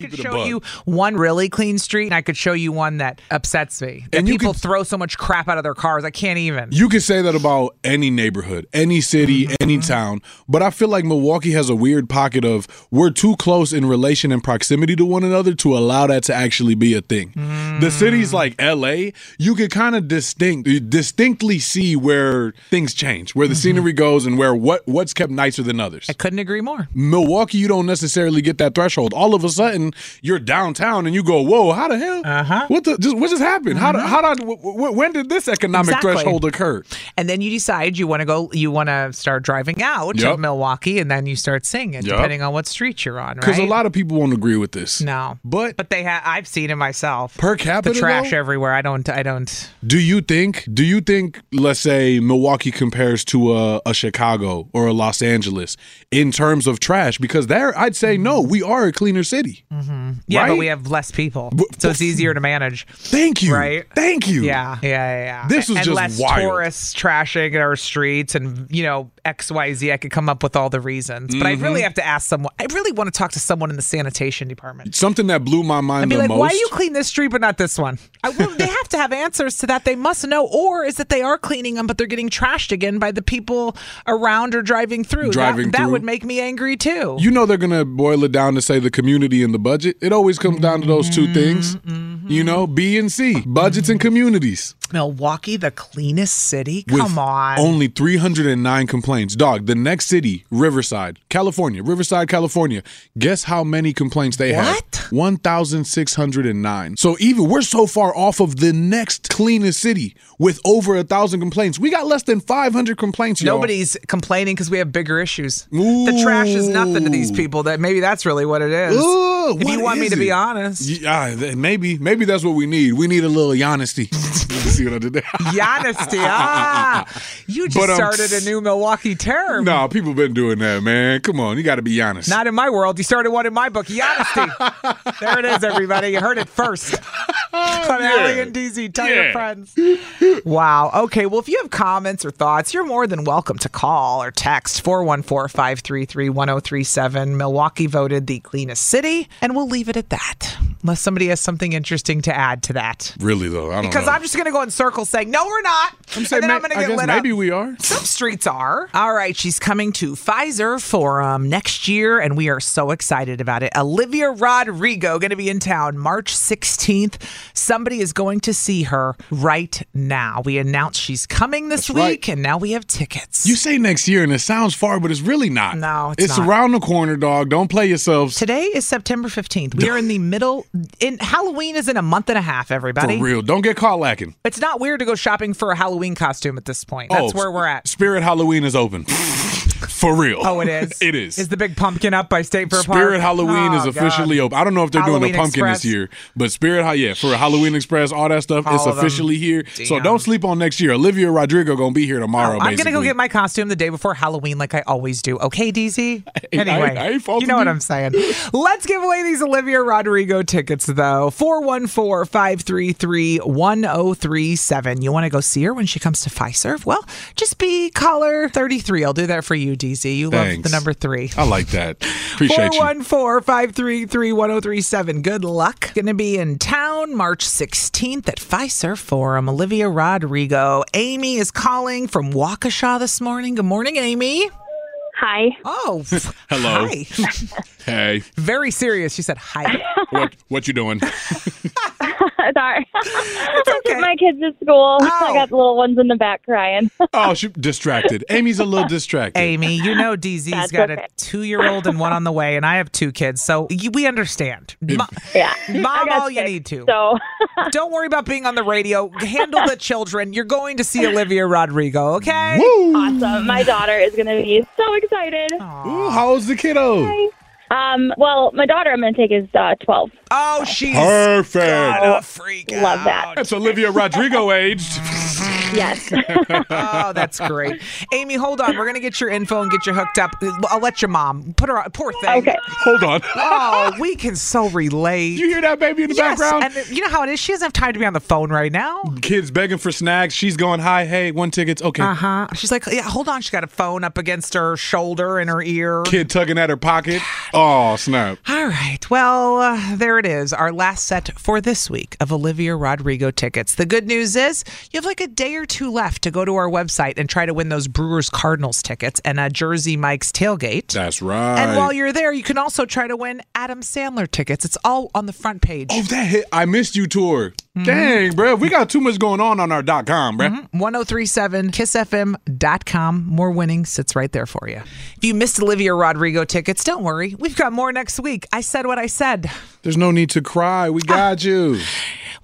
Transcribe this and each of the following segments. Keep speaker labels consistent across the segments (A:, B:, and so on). A: Keep
B: could
A: it a
B: show
A: buck.
B: you one really clean street, and I could show you one that upsets me. That
A: And you
B: people
A: could-
B: throw so much crap out of their cars, I can't even.
A: You can say that about any neighborhood, any city,
B: Mm-hmm.
A: any town, but I feel like Milwaukee has a weird pocket of we're too close in relation and proximity to one another to allow that to actually be a thing.
B: Mm.
A: The cities like LA, you could kind of distinct distinctly see where things change, where the
B: Mm-hmm.
A: scenery goes and where what what's kept nicer than others.
B: I couldn't agree more.
A: Milwaukee, you don't necessarily get that threshold. All of a sudden, you're downtown and you go, "Whoa, how the hell?
B: Uh-huh. Mm-hmm.
A: What the? Just, what just happened? How? did- How did? wh- wh- when did this economic
B: Exactly.
A: threshold occur?"
B: And then you decide you want to go, you want to start driving out
A: Yep.
B: of Milwaukee, and then you start singing,
A: Yep.
B: depending on what street you're on,
A: Because
B: right?
A: a lot of people won't agree with this.
B: no,
A: But,
B: but they have. I've seen it myself.
A: Per capita,
B: the trash
A: though?
B: everywhere. I don't. I don't.
A: do you think? Do you think? Let's say Milwaukee compares to a, a Chicago or a Los Angeles in terms of trash, because there I'd say no,
B: Mm-hmm.
A: we are a cleaner city.
B: Yeah, but
A: Right?
B: we have less people, so it's easier to manage.
A: Thank you.
B: Right.
A: Thank you.
B: Yeah, yeah, yeah. yeah.
A: This was
B: and
A: just
B: less
A: wild.
B: tourists trashing our streets, and you know X, Y, Z. I could come up with all the reasons, but I
A: Mm-hmm.
B: really have to ask someone. I really want to talk to someone in the sanitation department.
A: Something that blew my mind
B: Be
A: the
B: like,
A: most.
B: why do you clean this street but not this one? I, well, they have to have answers to that. They must know, or is that they are cleaning them, but they're getting trashed again by the people around or driving through. That-
A: Driving
B: that,
A: through.
B: would make me angry too.
A: you know they're gonna boil it down to say the community and the budget. It always comes down to those two things.
B: Mm-hmm.
A: You know, B and C, budgets and communities.
B: Milwaukee, the cleanest city.
A: with
B: Mm-hmm. Come on.
A: Only 309 complaints. Dog, the next city, Riverside, California, Riverside, California. Guess how many complaints they
B: What?
A: have? 1,609. So even we're so far off of the next cleanest city with over a thousand complaints. We got less than 500 complaints. y'all.
B: Nobody's complaining because we have bigger issues. The trash is nothing to these
A: Ooh.
B: people. That maybe that's really what it is.
A: Ooh,
B: if
A: what
B: you want me
A: is
B: to be
A: it?
B: honest,
A: Yeah, th- maybe, maybe that's what we need. We need a little honesty. You see what I did there?
B: honesty. ah, you just
A: But, um,
B: started a new Milwaukee term.
A: no, people been doing that, man. Come on, you got to be honest.
B: Not in my world. You started one in my book, Honesty. there it is, everybody. You heard it first. on
A: yeah.
B: Allie and DZ. Tell your
A: Yeah.
B: friends. wow. Okay. Well, if you have comments or thoughts, you're more than welcome to call or text 414 533 1037. Milwaukee voted the cleanest city, and we'll leave it at that. Unless somebody has something interesting to add to that.
A: really though, I don't
B: Because
A: know.
B: I'm just going to go in circles saying, no, we're not.
A: I'm saying,
B: and then I'm
A: ma-
B: going to
A: I
B: get
A: guess
B: lit
A: maybe
B: up.
A: we are.
B: Some streets are. All right, she's coming to Pfizer Forum next year, and we are so excited about it. Olivia Rodrigo going to be in town March 16th. Somebody is going to see her right now. We announced she's coming this
A: right.
B: week, and now we have tickets.
A: You say next year, and it sounds far, but it's really not.
B: No, it's not.
A: around the corner, dog. Don't play yourselves.
B: Today is September 15th. We are in the middle. In Halloween is in a month and a half,
A: For
B: everybody.
A: real, don't get caught lacking.
B: It's not weird to go shopping for a Halloween costume at this point. That's
A: Oh,
B: where we're at.
A: Spirit Halloween is open. For real.
B: Oh, it is.
A: it is.
B: Is the big pumpkin up by State Fair Park?
A: Spirit Halloween is
B: Oh,
A: officially
B: God.
A: open. I don't know if they're doing
B: Halloween
A: a pumpkin
B: Express.
A: this year, but Spirit, Ho- yeah, for Halloween Express, all that stuff, it's
B: All of them.
A: officially here. So
B: Damn. Oh,
A: don't sleep on next year. Olivia Rodrigo gonna be here tomorrow.
B: I'm gonna go
A: basically.
B: get my costume the day before Halloween, like I always do. Okay, DZ.
A: I-
B: Anyway,
A: I ain't faulting
B: you know what
A: you.
B: I'm saying. Let's give away these Olivia Rodrigo tickets though. 414-533-1037. You want to go see her when she comes to Fiserv? Well, just be caller 33. I'll do that for you, DZ. You love the
A: Thanks.
B: number three.
A: I like that. Appreciate you.
B: 414-533-1037. Good luck. Going to be in town March 16th at Pfizer Forum. Olivia Rodrigo. Amy is calling from Waukesha this morning. Good morning, Amy.
C: Hi.
B: Oh,
A: Hello.
B: Hi.
A: Hey,
B: Very serious. She said hi.
A: what what you doing?
C: Sorry.
B: okay.
C: My kids at school.
B: Oh.
C: I got the little ones in the back crying.
A: Oh, she distracted. Amy's a little distracted.
B: Amy, you know DZ's
C: That's
B: got
C: okay.
B: a two-year-old and one on the way, and I have two kids, so y- we understand. Mo-
C: yeah. I
B: Mom
C: got
B: all you
C: sick,
B: need to.
C: So,
B: Don't worry about being on the radio. Handle the children. You're going to see Olivia Rodrigo, okay?
A: Woo!
C: awesome. My daughter is going to be so excited.
A: Ooh, how old's the kiddo?
C: Um, well, my daughter I'm going to take is uh, 12.
B: Oh, she's
A: Perfect.
B: Gonna freak
C: Love
B: out.
C: that.
A: That's Olivia Rodrigo aged.
C: Yes.
B: Oh, that's great. Amy, hold on. We're going to get your info and get you hooked up. I'll let your mom put her on. Poor thing.
C: okay.
A: Hold on.
B: Oh, we can so relate.
A: you hear that baby in the
B: Yes,
A: background?
B: and you know how it is. She doesn't have time to be on the phone right now.
A: Kids begging for snacks. She's going, hi, hey, one ticket's okay.
B: Uh huh. She's like, yeah, hold on. She's got a phone up against her shoulder in her ear.
A: Kid tugging at her pocket. Oh, snap.
B: All right. Well, uh, there it is. Our last set for this week of Olivia Rodrigo tickets. The good news is you have like a day or two left to go to our website and try to win those Brewers Cardinals tickets and a Jersey Mike's tailgate.
A: That's right.
B: and while you're there, you can also try to win Adam Sandler tickets. It's all on the front page.
A: Oh, that hit. I missed you tour.
B: Mm-hmm.
A: Dang, bro. We got too much going on on our dot com, bro.
B: 1037kissfm.com. More winning sits right there for you. If you missed Olivia Rodrigo tickets, don't worry. We've got more next week. I said what I said.
A: There's no need to cry. We got
B: Ah.
A: you.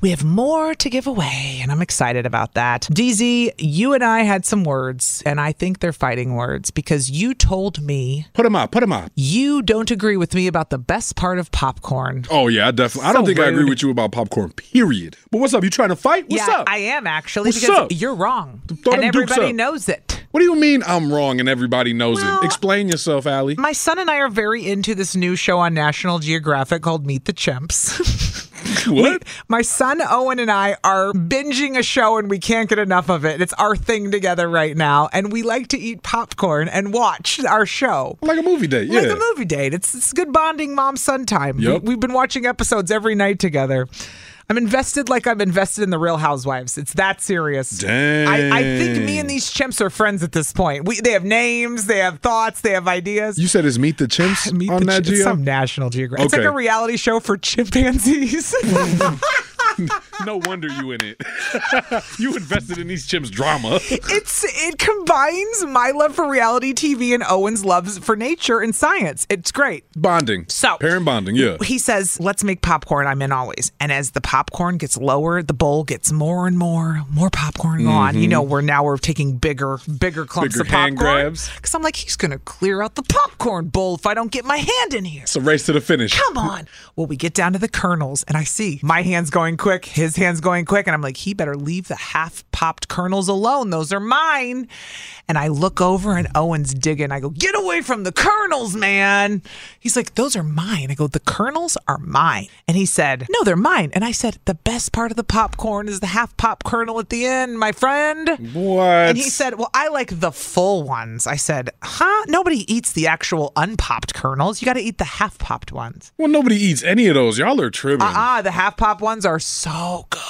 B: We have more to give away, and I'm excited about that. DZ, you and I had some words, and I think they're fighting words because you told me
A: Put him up. Put him up.
B: you don't agree with me about the best part of popcorn.
A: Oh yeah, I definitely. I don't
B: So
A: think I agree
B: rude.
A: with you about popcorn. Period. But what's up? You trying to fight? What's
B: yeah,
A: up?
B: I am actually
A: What's
B: because
A: up?
B: you're wrong,
A: them
B: and
A: dukes
B: everybody
A: up.
B: knows it.
A: what do you mean I'm wrong and everybody knows
B: Well,
A: it? Explain yourself, Allie.
B: My son and I are very into this new show on National Geographic called Meet the Chimps.
A: what?
B: My son Owen and I are binging a show and we can't get enough of it. It's our thing together right now. And we like to eat popcorn and watch our show.
A: Like a movie date? Yeah.
B: Like a movie date. It's, it's good bonding mom son time.
A: Yep.
B: We, have been watching episodes every night together. I'm invested like I'm invested in the Real Housewives. It's that serious.
A: Dang.
B: I, I think me and these chimps are friends at this point. We, they have names, they have thoughts, they have ideas.
A: You said it's Meet the Chimps
B: Meet
A: on
B: the
A: that
B: chi- it's
A: Geo?
B: some National Geographic. It's like
A: Okay.
B: a reality show for chimpanzees.
A: No wonder you in it. you invested in these chimps drama.
B: It's it combines my love for reality TV and Owen's loves for nature and science. It's great.
A: Bonding.
B: So-
A: parent bonding. Yeah.
B: He says, "Let's make popcorn." I'm in always. And as the popcorn gets lower, the bowl gets more and more, more popcorn on. You know, we're now we're taking bigger, bigger clumps
A: Mm-hmm. Bigger
B: of popcorn.
A: hand grabs.
B: Because I'm like, he's gonna clear out the popcorn bowl if I don't get my hand in here.
A: It's a race to the finish.
B: Come on. Well, we get down to the kernels, and I see my hand's going quick, his hand's going quick, and I'm like, he better leave the half popped kernels alone. Those are mine. And I look over, and Owen's digging. I go, get away from the kernels, man. He's like, those are mine. I go, the kernels are mine. And he said, no, they're mine. And I said, the best part of the popcorn is the half pop kernel at the end, my friend.
A: What?
B: And he said, Well, I like the full ones. I said, Huh? Nobody eats the actual unpopped kernels. You got to eat the half popped ones.
A: well, nobody eats any of those. Y'all are tripping.
B: Ah, the half pop ones are so good.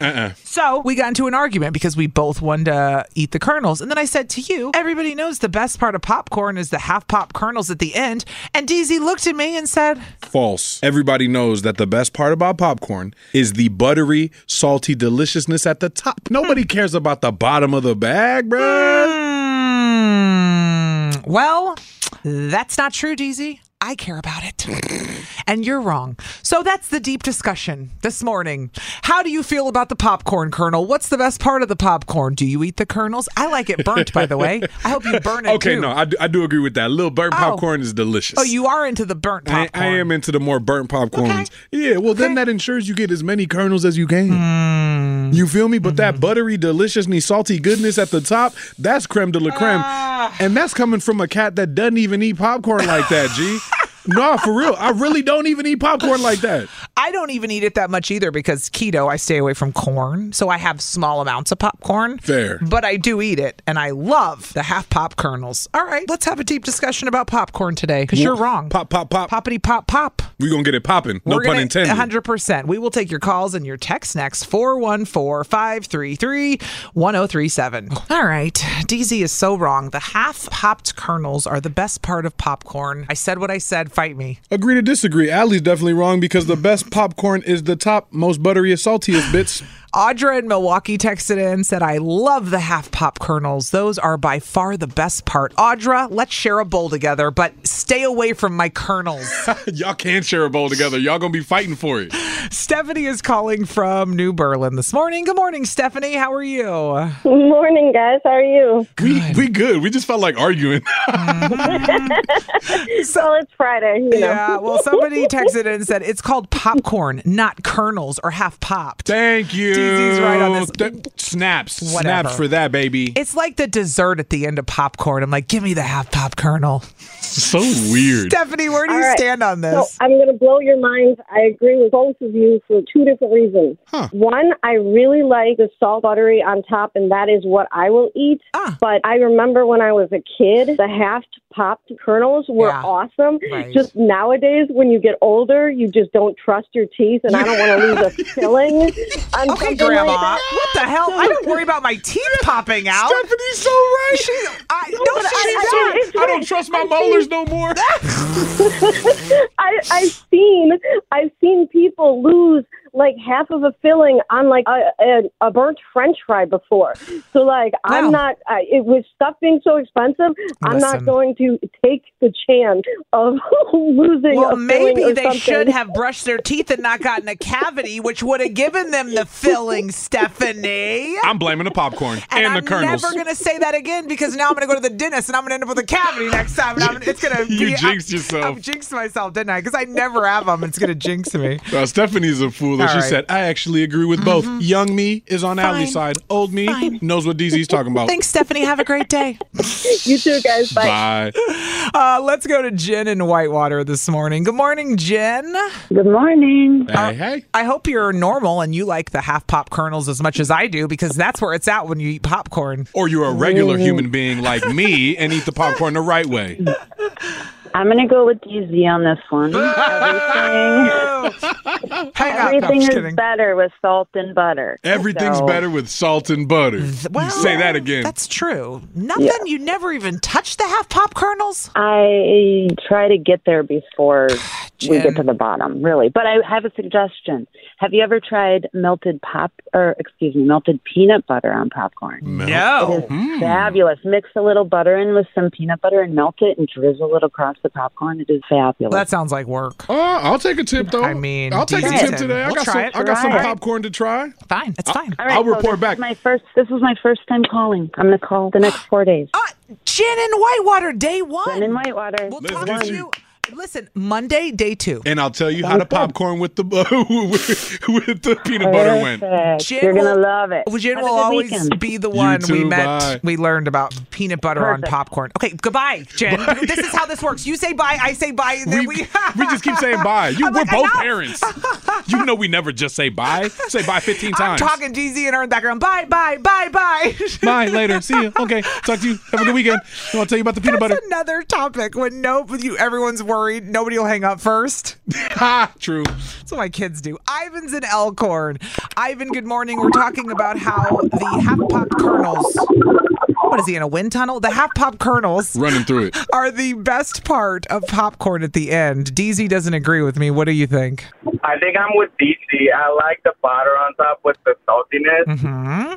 A: Uh-uh.
B: So we got into an argument because we both wanted to eat the kernels. And then I said to you, everybody knows the best part of popcorn is the half pop kernels at the end. And DZ looked at me and said,
A: False. Everybody knows that the best part about popcorn is the buttery, salty deliciousness at the top. Nobody cares about the bottom of the bag, bruh.
B: Hmm, well, that's not true, DZ. I care about it. And you're wrong. So that's the deep discussion this morning. How do you feel about the popcorn kernel? What's the best part of the popcorn? Do you eat the kernels? I like it burnt, by the way. I hope you burn it
A: Okay,
B: too.
A: no, I do, I do agree with that. Little burnt popcorn is delicious.
B: Oh, you are into the burnt
A: I,
B: popcorn.
A: I am into the more burnt popcorns. Yeah, well, then that ensures you get as many kernels as you can.
B: Hmm.
A: You feel me? But that buttery, deliciously salty goodness at the top, that's creme de la creme.
B: Ah.
A: And that's coming from a cat that doesn't even eat popcorn like that, G. no, for real. I really don't even eat popcorn like that.
B: I don't even eat it that much either because keto, I stay away from corn. So I have small amounts of popcorn.
A: Fair.
B: But I do eat it and I love the half pop kernels. All right, let's have a deep discussion about popcorn today because you're wrong.
A: Pop, pop, pop.
B: Poppity pop pop.
A: we going to get it popping. No
B: We're
A: pun
B: gonna-
A: intended.
B: 100%. We will take your calls and your texts next 414 533 1037. All right. DZ is so wrong. The half popped kernels are the best part of popcorn. I said what I said. Fight me.
A: Agree to disagree. Allie's definitely wrong because the best popcorn is the top, most buttery, saltiest bits.
B: Audra in Milwaukee texted in said, I love the half pop kernels. Those are by far the best part. Audra, let's share a bowl together, but stay away from my kernels.
A: Y'all can't share a bowl together. Y'all going to be fighting for it.
B: Stephanie is calling from New Berlin this morning. Good morning, Stephanie. How are you?
C: Morning, guys. How are you?
A: We, we good. We just felt like arguing.
C: well, it's Friday. You know.
B: Yeah, well, somebody texted in and said, It's called popcorn, not kernels or half popped.
A: Thank you.
B: Jeezy's right on this.
A: Th- snaps,
B: Whatever.
A: snaps for that baby.
B: It's like the dessert at the end of popcorn. I'm like, give me the half pop kernel.
A: so weird.
B: Stephanie, where do
D: All
B: you
D: right.
B: stand on
D: So
B: this?
D: I'm going to blow your minds. I agree with both of you for two different reasons.
A: Huh.
D: One, I really like the salt buttery on top, and that is what I will eat.
B: Ah.
D: But I remember when I was a kid, the half popped kernels were
B: Yeah.
D: awesome.
B: Right.
D: Just nowadays, when you get older, you just don't trust your teeth, and I don't want to lose a filling. on
B: okay,
D: something
B: Grandma.
D: Like that.
B: what the hell? I don't worry about my teeth popping out.
A: Stephanie's so right.
B: She, I, no,
D: but
B: she's
D: I-
B: not.
D: I- it's
A: I don't
D: right.
A: trust my molars no more.
D: I, I've seen I've seen people lose like half of a filling on like a, a, a burnt French fry before. So like
B: Wow.
D: I'm not. I, it was stuff being so expensive. I'm
B: Listen.
D: not going to take the chance of losing.
B: Well,
D: a filling
B: maybe
D: or
B: they
D: something.
B: should have brushed their teeth and not gotten a cavity, which would have given them the filling, Stephanie.
A: I'm blaming the popcorn and, the
B: I'm
A: kernels.
B: never gonna say that again because now I'm gonna go to the dentist and I'm gonna end up with a cavity next time. And I'm, it's gonna
A: You
B: be,
A: jinxed
B: I'm,
A: yourself.
B: I'm jinxed myself, didn't I? Because I never have them. It's gonna jinx me.
A: Uh, Stephanie's a fool. that
B: All
A: She
B: right. Mm-hmm.
A: said, I actually agree with both. Young me is on Allie's side. Old me knows what DZ's talking about.
B: Thanks, Stephanie. Have a great day.
D: You too, guys. Bye.
A: Bye.
B: Uh, let's go to Jen in Whitewater this morning. Good morning, Jen.
E: Good morning.
B: uh,
A: hey, hey.
B: I hope you're normal and you like the half pop kernels as much as I do because that's where it's at when you eat popcorn.
A: Or you're a regular
B: Mm-hmm.
A: human being like me and eat the popcorn the right way.
E: I'm gonna go with DZ on this one. Everything,
B: Hang on. No, I'm
E: everything
B: just
E: is
B: kidding.
E: better with salt and butter.
A: Everything's
E: So-
A: better with salt and butter.
B: Well,
A: Say that again.
B: That's true. Nothing. You never even touched the half pop kernels.
E: I try to get there before we
B: Jen.
E: get to the bottom, really. But I have a suggestion. Have you ever tried melted pop or excuse me, melted peanut butter on popcorn?
B: No.
E: Fabulous. Mix a little butter in with some peanut butter and melt it and drizzle it across the popcorn. It is fabulous.
B: That sounds like work.
A: Uh, I'll take a tip though.
B: I mean,
A: I'll take a
B: decent.
A: tip today. I
B: We'll
A: got
B: try
A: some.
B: it.
A: I got some
E: Right.
A: popcorn to try.
B: Fine.
A: Ah.
B: It's fine.
E: All right,
A: I'll
E: so
A: report
E: this is
A: back.
E: my first this was my first time calling. I'm gonna call the next four days.
B: Uh, Jen and Whitewater, day one.
E: I'm in Whitewater.
B: We'll
A: Let's
B: talk
A: get
B: to you.
A: you.
B: Listen, Monday, day two.
A: And I'll tell you how the popcorn with the with, with the peanut butter went.
E: Perfect.
B: Jen
E: You're gonna
B: will-
E: love it.
B: Jen
E: Have a
B: will
E: good
B: always
E: weekend.
B: be the one we
A: too,
B: met.
A: bye.
B: We learned about peanut butter on
E: Perfect.
B: popcorn. Okay, goodbye, Jen. This is how this works. You say bye, I say bye, and then
A: We,
B: we
A: we just keep saying bye. You,
B: I'm
A: we're
B: like,
A: both
B: enough.
A: parents. You know we never just say bye. Say bye 15
B: I'm
A: times.
B: talking DZ and her in the background. Bye, bye, bye, bye.
A: Bye later. See you. Okay. Talk to you. Have a good weekend. I want to tell you about the peanut
B: That's
A: butter.
B: another topic when no, you everyone's worried. Nobody will hang up first.
A: Ha. True.
B: That's what my kids do. Ivan's in Elkhorn. Ivan, good morning. We're talking about how the half pop kernels. What is he in a wind tunnel? The half pop kernels
A: Running through it.
B: are the best part of popcorn at the end. DZ doesn't agree with me. What do you think?
F: I think I'm with DC. I like the butter on top with the saltiness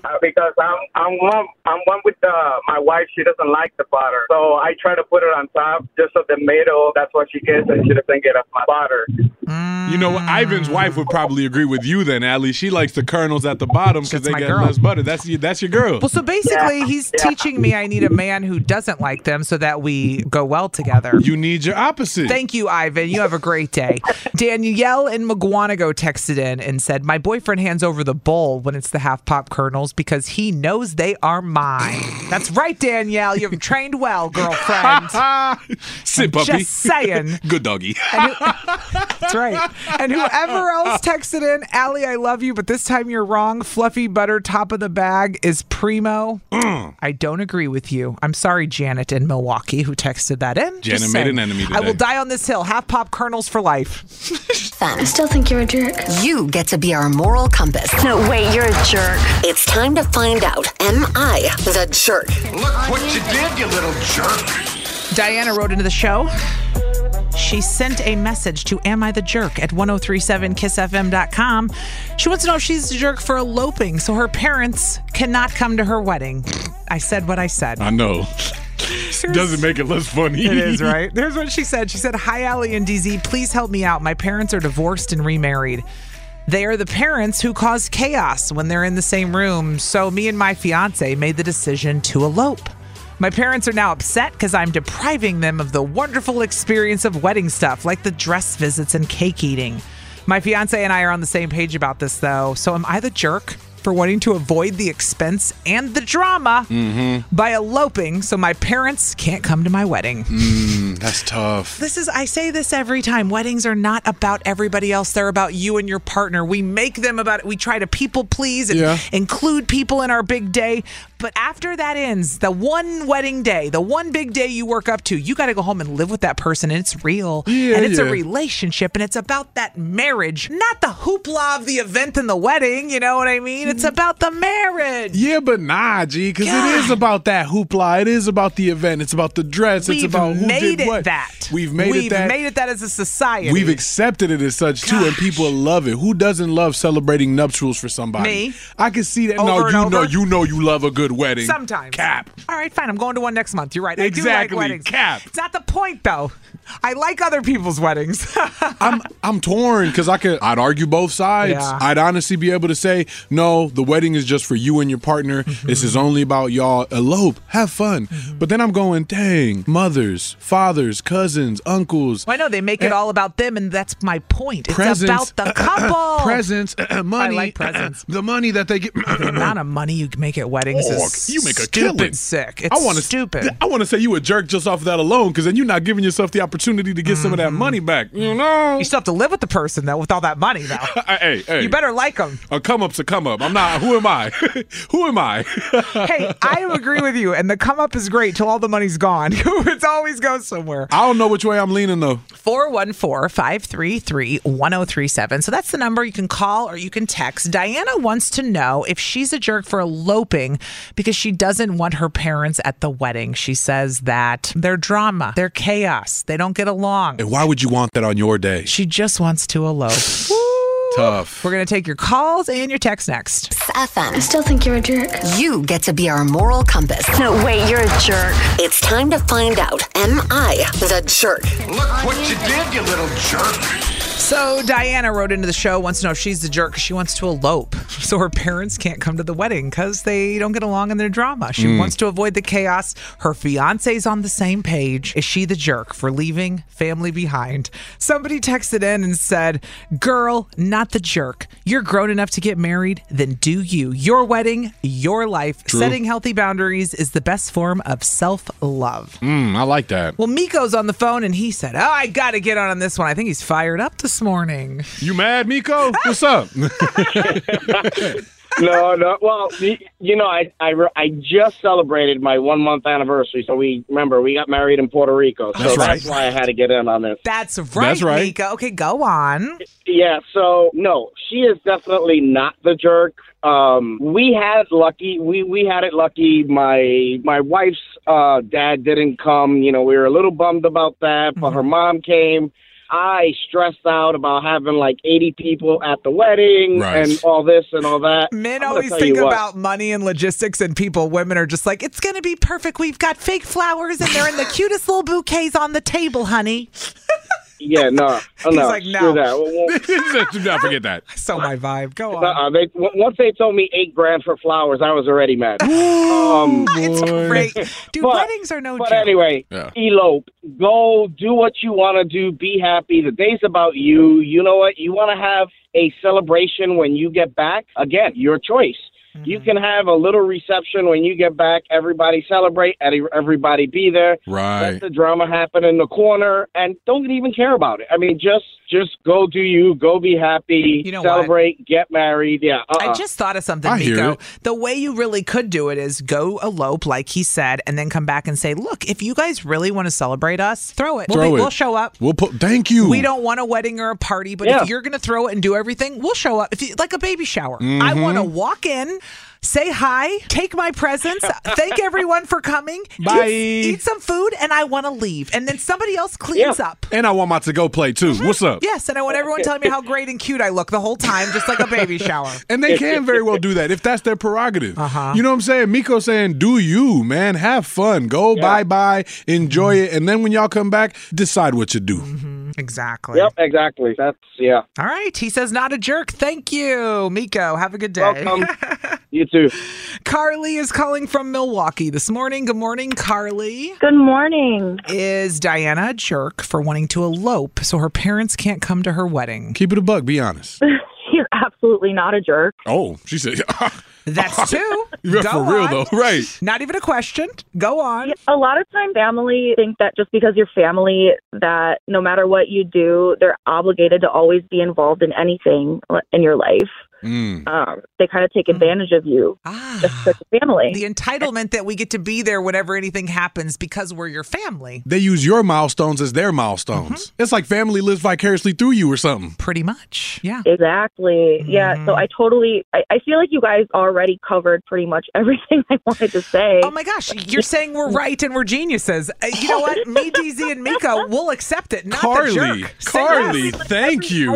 F: uh, because I'm I'm one I'm one with the, my wife. She doesn't like the butter, so I try to put it on top just so the middle. That's what she gets, and she doesn't get my butter.
A: You know, Ivan's wife would probably agree with you then, Allie. She likes the kernels at the bottom because
B: That's
A: they
B: my
A: get
B: girl.
A: less butter. That's your, that's your girl.
B: Well, so basically, he's teaching me I need a man who doesn't like them so that we go well together.
A: You need your opposite.
B: Thank you, Ivan. You have a great day. Danielle in McGuanago texted in and said, My boyfriend hands over the bowl when it's the half pop kernels because he knows they are mine. That's right, Danielle. You've trained well, girlfriend.
A: Sit, puppy.
B: Just saying.
A: Good doggy.
B: That's right. And whoever else texted in, Allie, I love you, but this time you're wrong. Fluffy butter top of the bag is primo. I don't agree with you. I'm sorry, Janet in Milwaukee, who texted that in.
A: Janet
B: Just
A: made
B: saying.
A: an enemy
B: I
A: today.
B: will die on this hill. Half pop kernels for life.
G: I still think you're a jerk.
H: You get to be our moral compass.
I: No, wait, you're a jerk.
H: It's time to find out Am I the jerk?
J: Look what you did, you little jerk.
B: Diana wrote into the show. She sent a message to Am I the Jerk at 1037kissfm.com. She wants to know if she's the jerk for eloping, so her parents cannot come to her wedding. I said what I said.
A: I know.
B: Here's-
A: Doesn't make it less funny.
B: it is, right? Here's what she said. She said, Hi, Allie and DZ, please help me out. My parents are divorced and remarried. They are the parents who cause chaos when they're in the same room. So, me and my fiance made the decision to elope. My parents are now upset because I'm depriving them of the wonderful experience of wedding stuff, like the dress visits and cake eating. My fiance and I are on the same page about this, though. So, am I the jerk? for wanting to avoid the expense and the drama by eloping so my parents can't come to my wedding.
A: Mm, that's tough.
B: This is, I say this every time. Weddings are not about everybody else. They're about you and your partner. We make them about it. We try to people please and
A: Yeah.
B: include people in our big day. But after that ends, the one wedding day, the one big day you work up to, you got to go home and live with that person. And it's real.
A: Yeah,
B: and it's a
A: yeah.
B: relationship. And it's about that marriage, not the hoopla of the event and the wedding. You know what I mean?
A: Mm.
B: It's about the marriage.
A: Yeah, but nah, G, because it is
B: God.
A: about that hoopla. It is about the event. It's about the dress. it's
B: We've
A: about who
B: made
A: did
B: it
A: what.
B: that.
A: We've made
B: We've
A: it that.
B: made it that as a society.
A: We've accepted it as such too, and people love it. Who doesn't love celebrating nuptials for somebody?
B: Me.
A: I can see that.
B: Over
A: no,
B: and
A: you
B: over?
A: know, you know, you love a good wedding.
B: Sometimes.
A: cap.
B: All right, fine. I'm going to one next month. You're right. I do
A: Exactly.
B: like weddings.
A: Cap.
B: It's not the point, though. I like other people's weddings.
A: I'm I'm torn because I could I'd argue both sides.
B: Yeah.
A: I'd honestly be able to say no. The wedding is just for you and your partner.
B: Mm-hmm.
A: This is only about y'all. Elope, have fun. But then I'm going, dang, mothers, fathers, cousins, uncles,
B: I know they make it all about them, and that's my point. It's
A: Eh. presents, Uh,
B: about the couple.
A: presents, money,
B: oh. like presents.
A: the money that they get.
B: The amount of money you make at weddings
A: Dog,
B: is
A: you make a
B: stupid
A: killing.
B: sick. It's
A: wanna-
B: stupid.
A: I want to say you a jerk just off of that alone, because then you're not giving yourself the opportunity to get some of that money back. You know,
B: Mm-hmm. you still have to live with the person though, with all that money though.
A: hey, hey,
B: you better like them.
A: A come up's a come up. I'm not. Who am I? who am I?
B: Hey, I agree with you, and the come up is great till all the money's gone. it always goes somewhere.
A: I don't know which way I'm leaning though.
B: 414-533-1037. So that's the number you can call or you can text. Diana wants to know if she's a jerk for eloping because she doesn't want her parents at the wedding. She says that they're drama, they're chaos, they don't get along.
A: And why would you want that on your day?
B: She just wants to elope.
A: Tough.
B: We're going to take your calls and your text next.
G: I
H: FM.
G: still think you're a jerk.
H: You get to be our moral compass.
G: No, wait, you're a jerk.
H: It's time to find out. Am I the jerk?
J: Look what you did, you little jerk.
B: So Diana wrote into the show wants to know if she's the jerk because she wants to elope, so her parents can't come to the wedding because they don't get along in their drama. She wants to avoid the chaos. Her fiance's on the same page. Is she the jerk for leaving family behind? Somebody texted in and said, "Girl, not the jerk. You're grown enough to get married. Then do you. Your wedding, your life. Setting healthy boundaries is the best form of self love."
A: Mm, I like that.
B: Well, Miko's on the phone and he said, Oh, I got to get on on this one. I think he's fired up this morning.
A: You mad, Miko? What's up?
I: no, no. Well, y- you know, I, I, re- I just celebrated my one month anniversary. So we remember we got married in Puerto Rico. So
A: That's
I: that's,
A: right.
I: why I had to get in on this.
B: That's right,
A: right.
B: Miko. Okay, go on.
I: Yeah. So no, she is definitely not the jerk. Um, we had lucky. We we had it lucky. My my wife's uh, dad didn't come. You know, we were a little bummed about that,
A: Mm-hmm.
I: but her mom came. I stressed out about having like 80 people at the wedding
A: Right.
I: and all this and all that. I'm
B: Men
I: gonna
B: always
I: tell
B: think
I: you what.
B: about money and logistics and people. Women are just like, it's going to be perfect. We've got fake flowers and they're in the cutest little bouquets on the table, honey.
I: Yeah, no, oh, no,
B: like,
I: screw
B: no.
I: that. Well, well,
A: Do not forget that.
B: So my vibe. Go on.
I: uh-uh. they, w- once they told me eight grand for flowers, I was already mad. um,
B: It's great. Dude,
I: But-
B: weddings are no
I: but
B: joke.
I: anyway,
A: Yeah.
I: elope. Go do what you want to do. Be happy. The day's about you. You know what? You want to have a celebration when you get back. Again, your choice. You
B: Mm-hmm.
I: can have a little reception when you get back. Everybody celebrate. every- Everybody be there.
A: Right.
I: Let the drama happen in the corner, and don't even care about it. I mean, just just go do you. Go be happy.
B: You know what?
I: celebrate. Get married. Yeah. Uh-uh.
B: I just thought of something,
A: I hear
B: Nico.
A: it.
B: The way you really could do it is go elope, like he said, and then come back and say, "Look, if you guys really want to celebrate us, throw it. we'll,
A: Throw
B: be-
A: it.
B: we'll show up.
A: We'll put. Thank you.
B: We don't want a wedding or a party, but
I: Yeah.
B: if you're going to throw it and do everything, we'll show up. If you, like a baby shower,
I: Mm-hmm.
B: I want to walk in, say hi, take my presents, thank everyone for coming,
A: Bye.
B: eat, eat some food, and I want to leave. And then somebody else cleans
I: Yeah. Oh.
B: up.
A: And I want my to go play too. What's up?
B: Yes, and I want everyone telling me how great and cute I look the whole time, just like a baby shower.
A: And they can very well do that if that's their prerogative. You know what I'm saying? Miko saying, "Do you, man? Have fun. Go bye bye. Enjoy it. And then when y'all come back, decide what you do."
B: Exactly.
I: Yep. Exactly. That's yeah.
B: All right. He says, not a jerk. Thank you, Miko. Have a good day.
I: Welcome. you too.
B: Carly is calling from Milwaukee this morning. Good morning, Carly.
C: Good morning.
B: Is Diana a jerk for wanting to elope so her parents can't come to her wedding?
A: Keep it a buck. Be honest.
C: You're absolutely not a jerk.
A: Oh, she said.
B: That's two.
A: Yeah,
B: Go
A: for real
B: on.
A: though, right?
B: Not even a question. Go on.
C: A lot of times, family think that just because you're family, that no matter what you do, they're obligated to always be involved in anything uh, in your life.
A: Mm.
C: Um, they kind of take advantage of you just because you're family.
B: Ah, The entitlement that we get to be there whenever anything happens because we're your family.
A: They use your milestones as their milestones.
B: Mm-hmm.
A: It's like family lives vicariously through you or something.
B: Pretty much. Yeah.
C: Exactly.
B: Mm-hmm.
C: Yeah. So I totally, I, I feel like you guys already covered pretty much everything I wanted to say.
B: Oh my gosh, you're saying we're right and we're geniuses. Uh, you know what? Me, DZ, and Mika will accept it. Not the
A: Carly,
B: jerk. Say
A: Carly,
B: yes.
A: thank you.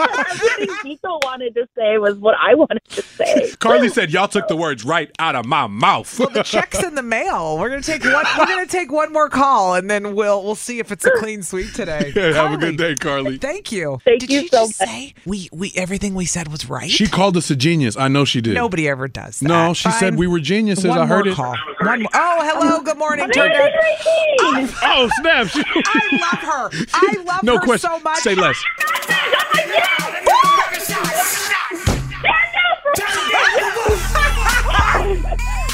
C: Everything Nico wanted to say was what I wanted to say.
A: Carly said y'all took the words right out of my mouth.
B: The check's in the mail. We're gonna take one. We're gonna take one more call, and then we'll we'll see if it's a clean sweep today.
A: Yeah, have a
B: Carly,
A: good day, Carly.
B: Thank you.
C: Thank
B: Did
C: you
B: she
C: so
B: just
C: much.
B: say we we everything we said was right?
A: She called us a genius. I know she did.
B: Nobody ever does. That.
A: No, she said
B: Fine.
A: we were geniuses.
B: One
A: I heard
B: more
A: it.
B: Call. One more. Oh, hello. Good morning, Jordan. Ah!
A: Oh snap!
B: I love her. I love
A: no
B: her
A: question.
B: so much.
A: Say less.
C: I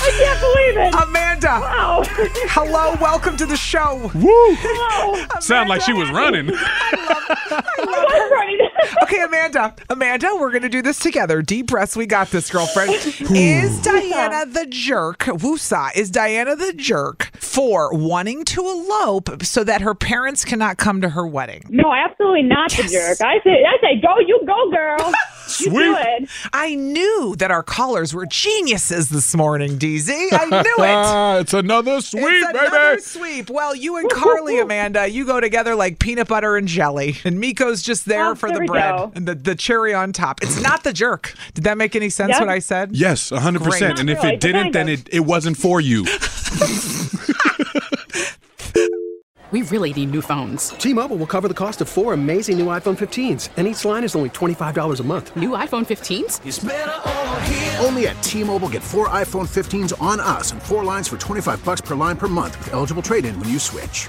C: can't believe it.
B: Amanda. Hello. Welcome to the show.
A: Woo! Sound like she was running.
C: I'm ready.
B: Okay, Amanda. Amanda, we're going to do this together. Deep breaths. We got this, girlfriend. is Diana the jerk? Woosa, is Diana the jerk for wanting to elope so that her parents cannot come to her wedding?
C: No, absolutely not the jerk. I say, I say, go, you go, girl. You do it.
B: I knew that our callers were geniuses this morning, DZ. I knew it.
A: Ah, it's another sweep,
B: it's
A: baby.
B: another sweep. Well, you and Carly, Amanda, you go together like peanut butter and jelly. And Miko's just there
C: Oh,
B: for
C: there
B: the
C: we
B: bread
C: go.
B: and the, the cherry on top. It's not the jerk. Did that make any sense
C: Yeah.
B: what I said?
A: Yes, 100%.
B: Great.
A: And if
C: Really,
A: it didn't,
C: kind
A: then
C: of.
A: it, it wasn't for you.
K: We really need new phones.
L: T-Mobile will cover the cost of four amazing new iPhone 15s, and each line is only $25 a month.
K: New iPhone 15s?
J: Only at T-Mobile, get four iPhone 15s on us and four lines for 25 bucks per line per month with eligible trade-in when you switch.